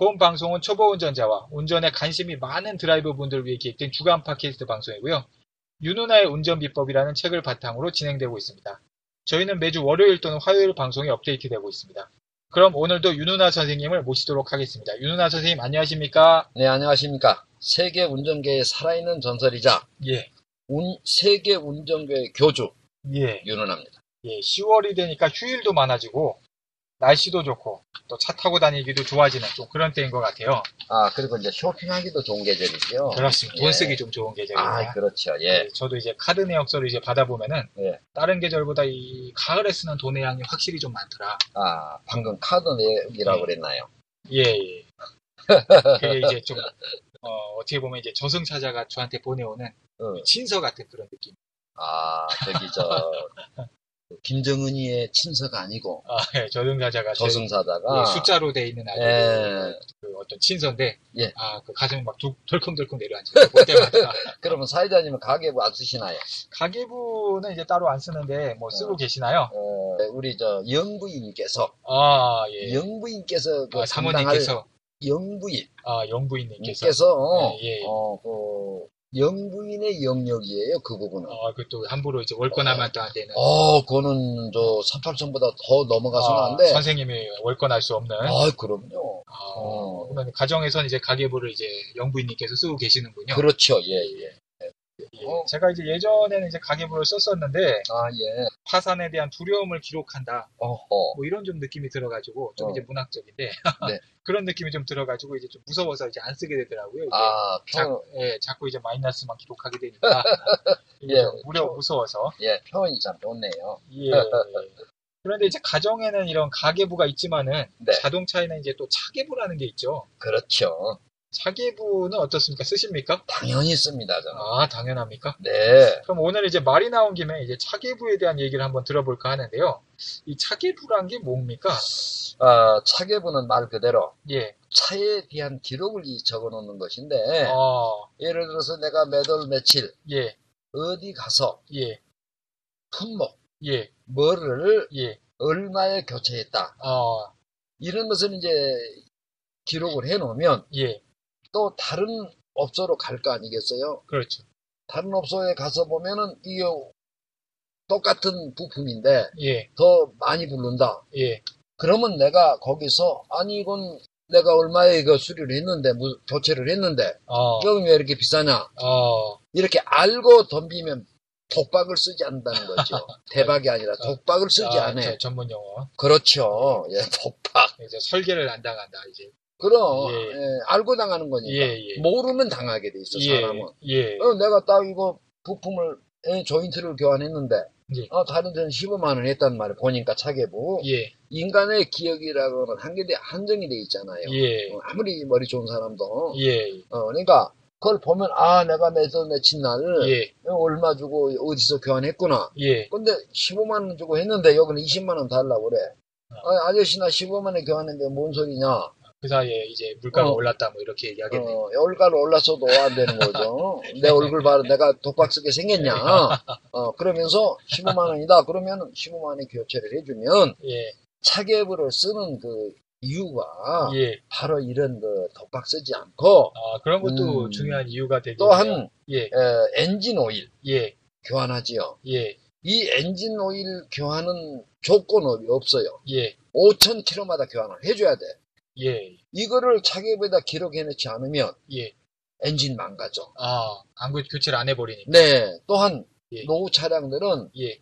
본 방송은 초보 운전자와 운전에 관심이 많은 드라이버 분들을 위해 기획된 주간 팟캐스트 방송이고요. 윤누나의 운전비법이라는 책을 바탕으로 진행되고 있습니다. 저희는 매주 월요일 또는 화요일 방송이 업데이트되고 있습니다. 그럼 오늘도 윤누나 선생님을 모시도록 하겠습니다. 윤누나 선생님 안녕하십니까? 네, 안녕하십니까. 세계 운전계의 살아있는 전설이자 예, 운- 세계 운전계의 교주 예. 윤은합니다. 예, 10월이 되니까 휴일도 많아지고 날씨도 좋고 또 차 타고 다니기도 좋아지는 좀 그런 때인 것 같아요. 아, 그리고 이제 쇼핑하기도 좋은 계절이죠. 그렇습니다. 돈 예. 쓰기 좀 좋은 계절입니다. 아, 그렇죠. 예. 예, 저도 이제 카드 내역서를 이제 받아보면은 예. 다른 계절보다 이 가을에 쓰는 돈의 양이 확실히 좀 많더라. 아, 방금 카드 내역이라고 예. 그랬나요? 예, 예. 그게 이제 좀 어, 떻게 보면 이제 저승사자가 저한테 보내오는 어. 친서 같은 그런 느낌. 아, 저기 저 김정은이의 친서가 아니고 아, 예, 저승사자가 제- 저승사자가 아. 예, 숫자로 돼 있는 아주 예. 그 어떤 친서인데 예. 아, 그 가슴이 막 두- 덜컹덜컹 내려앉아요. 볼 때마다 그러면 사회자님은 가계부 안 쓰시나요? 가계부는 이제 따로 안 쓰는데 뭐 쓰고 어. 계시나요? 어, 우리 저 영부인께서 아 예. 영부인께서 그 아, 담당할 사모님께서 영부인께서 아 영부인님께서 예, 예. 어, 그 영부인의 영역이에요. 그 부분은. 아 그 또 함부로 이제 월권하면 또 안 되는 어, 그거는 저 38,000보다 더 넘어가서는 안 돼. 아, 선생님이 월권할 수 없는 아, 그럼요. 아, 어. 그러면 가정에선 이제 가계부를 이제 영부인님께서 쓰고 계시는군요. 그렇죠. 예, 예. 예. 어. 제가 이제 예전에는 이제 가계부를 썼었는데 아, 예. 파산에 대한 두려움을 기록한다 어, 어. 뭐 이런 좀 느낌이 들어가지고 좀 어. 이제 문학적인데 네. 그런 느낌이 좀 들어가지고 이제 좀 무서워서 이제 안 쓰게 되더라고요. 이게 아, 자, 평, 예, 자꾸 이제 마이너스만 기록하게 되니까 이게 예, 어. 좀 무려 저- 무서워서 예, 표현이 참 좋네요. 예. 그런데 이제 가정에는 이런 가계부가 있지만은 네. 자동차에는 이제 또 차계부라는 게 있죠. 그렇죠. 차계부는 어떻습니까? 쓰십니까? 당연히 씁니다, 저는. 아 당연합니까? 네. 그럼 오늘 이제 말이 나온 김에 이제 차계부에 대한 얘기를 한번 들어볼까 하는데요. 이 차계부란 게 뭡니까? 아, 차계부는 말 그대로 예. 차에 대한 기록을 이- 적어놓는 것인데, 어, 예를 들어서 내가 몇월 며칠, 예, 어디 가서 예, 품목, 예, 뭐를 예. 얼마에 교체했다. 어, 이런 것을 이제 기록을 해놓으면 예. 또 다른 업소로 갈 거 아니겠어요? 그렇죠. 다른 업소에 가서 보면은 이게 똑같은 부품인데 예, 더 많이 부른다. 예, 그러면 내가 거기서 아니 이건 내가 얼마에 이거 수리를 했는데 무- 교체를 했는데 어, 여기 왜 이렇게 비싸냐 어, 이렇게 알고 덤비면 독박을 쓰지 않는다는 거죠. 대박이 아니라 독박을 쓰지 아, 않아요. 저 전문 용어. 그렇죠. 예, 독박. 이제 설계를 안 당한다 이제. 그럼 예. 예, 알고 당하는 거니까 예, 예. 모르면 당하게 돼 있어 사람은. 예, 어, 내가 딱 이거 부품을 예, 조인트를 교환했는데 예. 어, 다른 데는 15만 원 했단 말이야 보니까 차계부 예, 인간의 기억이라고는 한계돼 한정이 돼 있잖아요 예, 어, 아무리 머리 좋은 사람도 예, 어, 그러니까 그걸 보면 아 내가 매달 며칠 날 예, 어, 얼마 주고 어디서 교환했구나 예. 근데 15만 원 주고 했는데 여기는 20만 원 달라고 그래 아, 저씨나 15만 원에 교환했는데 뭔 소리냐 어, 그 사이에 이제 물가가 어. 올랐다 뭐 이렇게 얘기하겠네. 요 월가로 올라서도 안 되는 거죠 내 얼굴 봐라 내가 독박 쓰게 생겼냐 어, 그러면서 15만 원이다. 그러면 15만 원에 교체를 해주면 예, 차계부를 쓰는 그 이유가 예. 바로 이런 그 독박 쓰지 않고 아 그런 것도 음. 중요한 이유가 되겠네요. 또한 예, 에, 엔진 오일 예, 교환하지요. 예, 이 엔진 오일 교환은 조건이 없어요. 예, 5천 킬로마다 교환을 해줘야 돼. 예, 이거를 차계부에다 기록해놓지 않으면 예. 엔진 망가져. 아 안구 교체를 안 해버리니. 네, 또한 예. 노후 차량들은 예,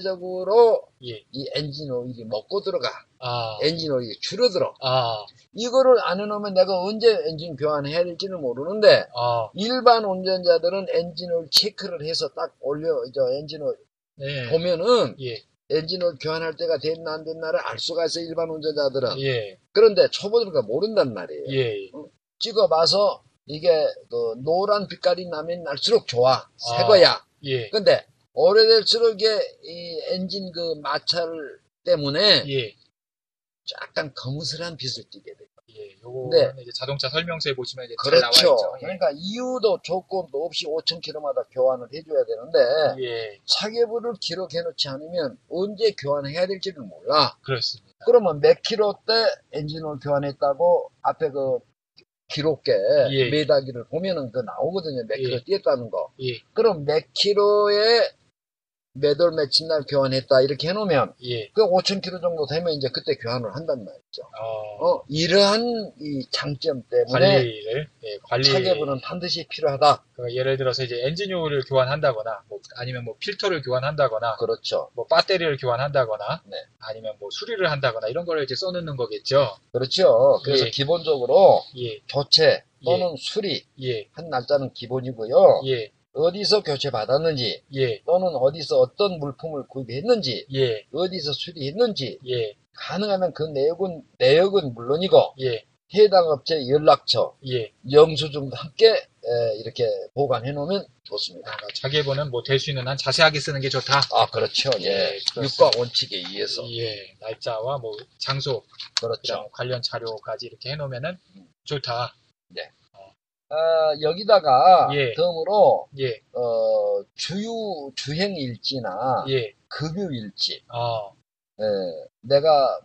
자체적으로 예. 이 엔진 오일이 먹고 들어가. 아, 엔진 오일이 줄어들어. 아, 이거를 안 해놓으면 내가 언제 엔진 교환해야 될지는 모르는데 아, 일반 운전자들은 엔진 오일 체크를 해서 딱 올려, 저 엔진 오일 네. 보면은 예, 엔진 오일 교환할 때가 됐나 안 됐나를 알 수가 있어 일반 운전자들은. 예, 그런데 초보들과 모른단 말이에요. 예. 찍어봐서 이게 그 노란 빛깔이 나면 날수록 좋아. 새 아. 거야. 예, 근데 오래될수록 이게 이 엔진 그 마찰 때문에 예, 약간 검은슬한 빛을 띠게 돼. 예. 요거는 이제 자동차 설명서에 보시면 이제 잘 나와 네. 그렇죠. 있죠. 예. 그러니까 이유도 조건도 없이 5,000km마다 교환을 해줘야 되는데 예, 예, 차계부를 기록해놓지 않으면 언제 교환해야 될지를 몰라. 그렇습니다. 그러면 몇 킬로 때 엔진을 교환했다고 앞에 그 기록에 예. 매다기를 보면은 그 나오거든요. 몇 예. 킬로 뛰었다는 거. 예, 그럼 몇 킬로에 몇월 며칠 날 교환했다 이렇게 해놓으면 예, 그 5천 킬로 정도 되면 이제 그때 교환을 한단 말이죠. 어, 어, 이러한 이 장점 때문에 관리를, 예, 관리. 차계부는 반드시 필요하다. 그 예를 들어서 이제 엔진 오일을 교환한다거나, 뭐 아니면 뭐 필터를 교환한다거나, 그렇죠. 뭐 배터리를 교환한다거나, 네. 아니면 뭐 수리를 한다거나 이런 걸 이제 써놓는 거겠죠. 그렇죠. 그래서 예. 기본적으로 예, 교체 또는 수리 예, 한 날짜는 기본이고요. 예, 어디서 교체 받았는지 예, 또는 어디서 어떤 물품을 구입했는지 예, 어디서 수리했는지 예, 가능하면 그 내역은 내역은 물론이고 예, 해당 업체 연락처 예. 영수증도 함께 에, 이렇게 보관해 놓으면 좋습니다. 그러니까 자기보는 뭐 될 수 있는 한 자세하게 쓰는 게 좋다. 아 그렇죠. 예, 예, 그렇습니다. 육과 원칙에 의해서 예, 날짜와 뭐 장소, 그렇죠. 음. 그다음 뭐 관련 자료까지 이렇게 해놓으면은 좋다. 아, 여기다가 예. 덤으로 예, 어, 주유 주행 일지나 예, 급유 일지 어, 예, 내가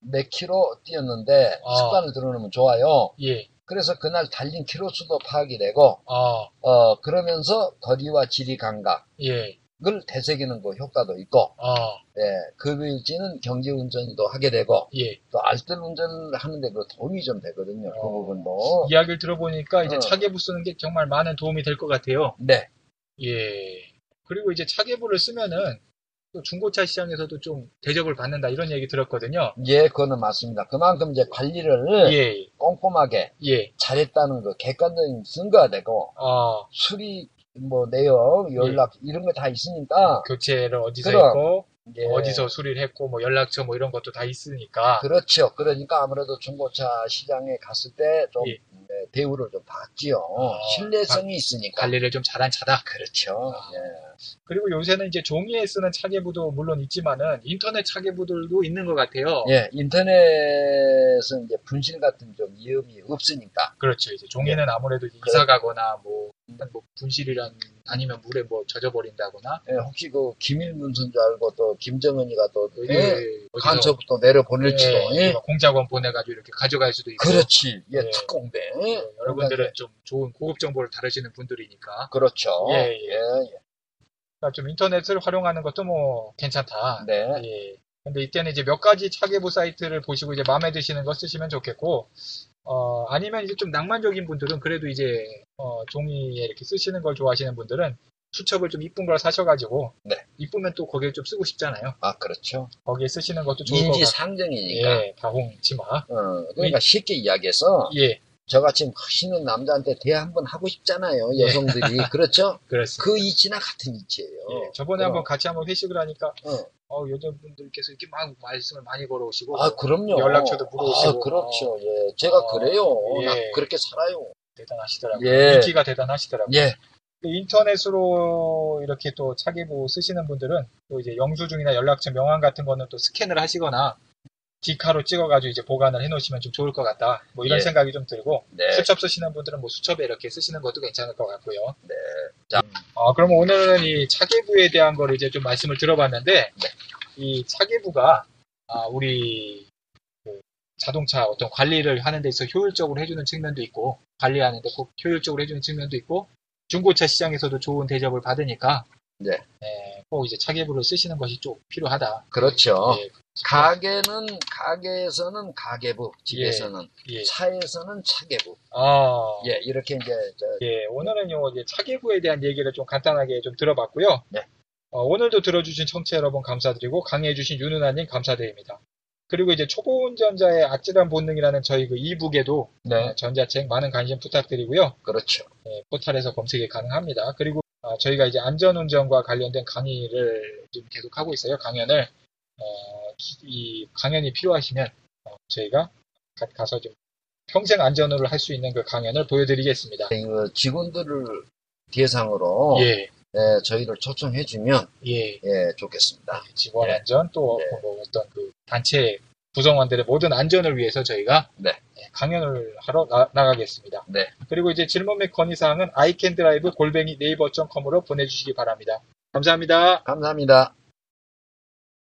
몇 킬로 뛰었는데 아. 습관을 들어놓으면 좋아요. 예, 그래서 그날 달린 킬로 수도 파악이 되고 어, 어, 그러면서 거리와 지리 감각을 예, 되새기는 그 효과도 있고 어, 예, 급유 일지는 경제 운전도 하게 되고 예. 또 알뜰 운전을 하는데 그 도움이 좀 되거든요. 어. 그 부분도. 이야기를 들어보니까 이제 어. 차계부 쓰는 게 정말 많은 도움이 될 것 같아요. 네. 예. 그리고 이제 차계부를 쓰면은 또 중고차 시장에서도 좀 대접을 받는다 이런 얘기 들었거든요. 예, 그거는 맞습니다. 그만큼 이제 관리를 예, 꼼꼼하게 예, 잘했다는 거, 객관적인 증거가 되고, 어, 수리, 뭐, 내역, 연락, 예. 이런 거 다 있으니까, 교체를 어디서 그럼. 했고, 예, 어디서 수리를 했고, 뭐 연락처 뭐 이런 것도 다 있으니까. 그렇죠. 그러니까 아무래도 중고차 시장에 갔을 때 좀, 예. 어, 네, 대우를 좀 받지요. 신뢰성이 있으니까. 관리를 어. 좀 잘한 차다. 그렇죠. 예. 그리고 요새는 이제 종이에 쓰는 차계부도 물론 있지만은 인터넷 차계부들도 있는 것 같아요. 예, 인터넷은 이제 분실 같은 좀 위험이 없으니까. 그렇죠. 이제 종이는 예. 아무래도 이제 이사 가거나 뭐, 일단 뭐 분실이란 아니면 물에 뭐 젖어버린다거나 예, 혹시 그 김일문선 줄 알고 또 김정은이가 또 예, 예, 어디서- 간첩부터 내려 보낼지도. 예, 공작원 보내가지고 이렇게 가져갈 수도 있고 그렇지. 예, 예. 특공대. 예, 네. 여러분들은 좀 좋은 고급 정보를 다루시는 분들이니까 그렇죠. 예, 예, 예. 그러니까 좀 인터넷을 활용하는 것도 뭐 괜찮다. 네. 예. 근데 이때는 이제 몇 가지 차계부 사이트를 보시고 이제 마음에 드시는 거 쓰시면 좋겠고, 어, 아니면 이제 좀 낭만적인 분들은 그래도 이제, 어, 종이에 이렇게 쓰시는 걸 좋아하시는 분들은 수첩을 좀 이쁜 걸 사셔가지고, 네. 이쁘면 또 거기에 좀 쓰고 싶잖아요. 아, 그렇죠. 거기에 쓰시는 것도 좋을 것 인지 같아요. 상정이니까. 예, 다홍 치마. 어, 그러니까 쉽게 이야기해서 예, 저같이 멋있는 남자한테 대화 한번 하고 싶잖아요. 예. 여성들이. 그렇죠? 그렇습니다. 그 이치나 같은 이치예요. 예, 저번에 그럼. 한번 같이 한번 회식을 하니까, 어. 어, 여자분들께서 이렇게 막 말씀을 많이 걸어오시고, 아, 그럼요. 연락처도 물어보시고. 아, 그렇죠. 예. 제가 어, 그래요. 나 예. 그렇게 살아요. 대단하시더라고요. 예. 인기가 대단하시더라고요. 예. 인터넷으로 이렇게 또 차기부 쓰시는 분들은 또 이제 영수증이나 연락처 명함 같은 거는 또 스캔을 하시거나 디카로 찍어가지고 이제 보관을 해놓으시면 좀 좋을 것 같다. 뭐 이런 예. 생각이 좀 들고 네. 수첩 쓰시는 분들은 뭐 수첩에 이렇게 쓰시는 것도 괜찮을 것 같고요. 네. 자. 아, 그럼 오늘은 이 차기부에 대한 걸 이제 좀 말씀을 들어봤는데 네. 이 차기부가 아, 우리 그 자동차 어떤 관리를 하는 데 있어서 효율적으로 해주는 측면도 있고 관리하는 데꼭 효율적으로 해주는 측면도 있고 중고차 시장에서도 좋은 대접을 받으니까 네. 예, 꼭 이제 차계부를 쓰시는 것이 좀 필요하다. 그렇죠. 예, 가게는 가게에서는 가계부, 집에서는 예. 차에서는 차계부. 아, 예, 이렇게 이제 저, 예, 오늘은요 이제 차계부에 대한 얘기를 좀 간단하게 좀 들어봤고요. 네. 어, 오늘도 들어주신 청취자 여러분 감사드리고 강의해주신 윤은아님 감사드립니다. 그리고 이제 초보 운전자의 아찔한 본능이라는 저희 그 이북에도 네, 어, 전자책 많은 관심 부탁드리고요. 그렇죠. 예, 포털에서 검색이 가능합니다. 그리고 아, 저희가 이제 안전운전과 관련된 강의를 지금 계속 하고 있어요. 강연을 어, 기- 이 강연이 필요하시면 어, 저희가 가, 서좀 평생 안전으로 할 수 있는 그 강연을 보여드리겠습니다. 그 직원들을 대상으로 예, 예, 저희를 초청해주면 예. 그 예, 좋겠습니다. 직원 예. 안전 또 네. 뭐 어떤 그 단체 구성원들의 모든 안전을 위해서 저희가 네. 예, 강연을 하러 나, 가겠습니다 네. 그리고 이제 질문 및 건의사항은 아이캔드라이브 골뱅이 네이버.com으로 보내주시기 바랍니다. 감사합니다. 감사합니다.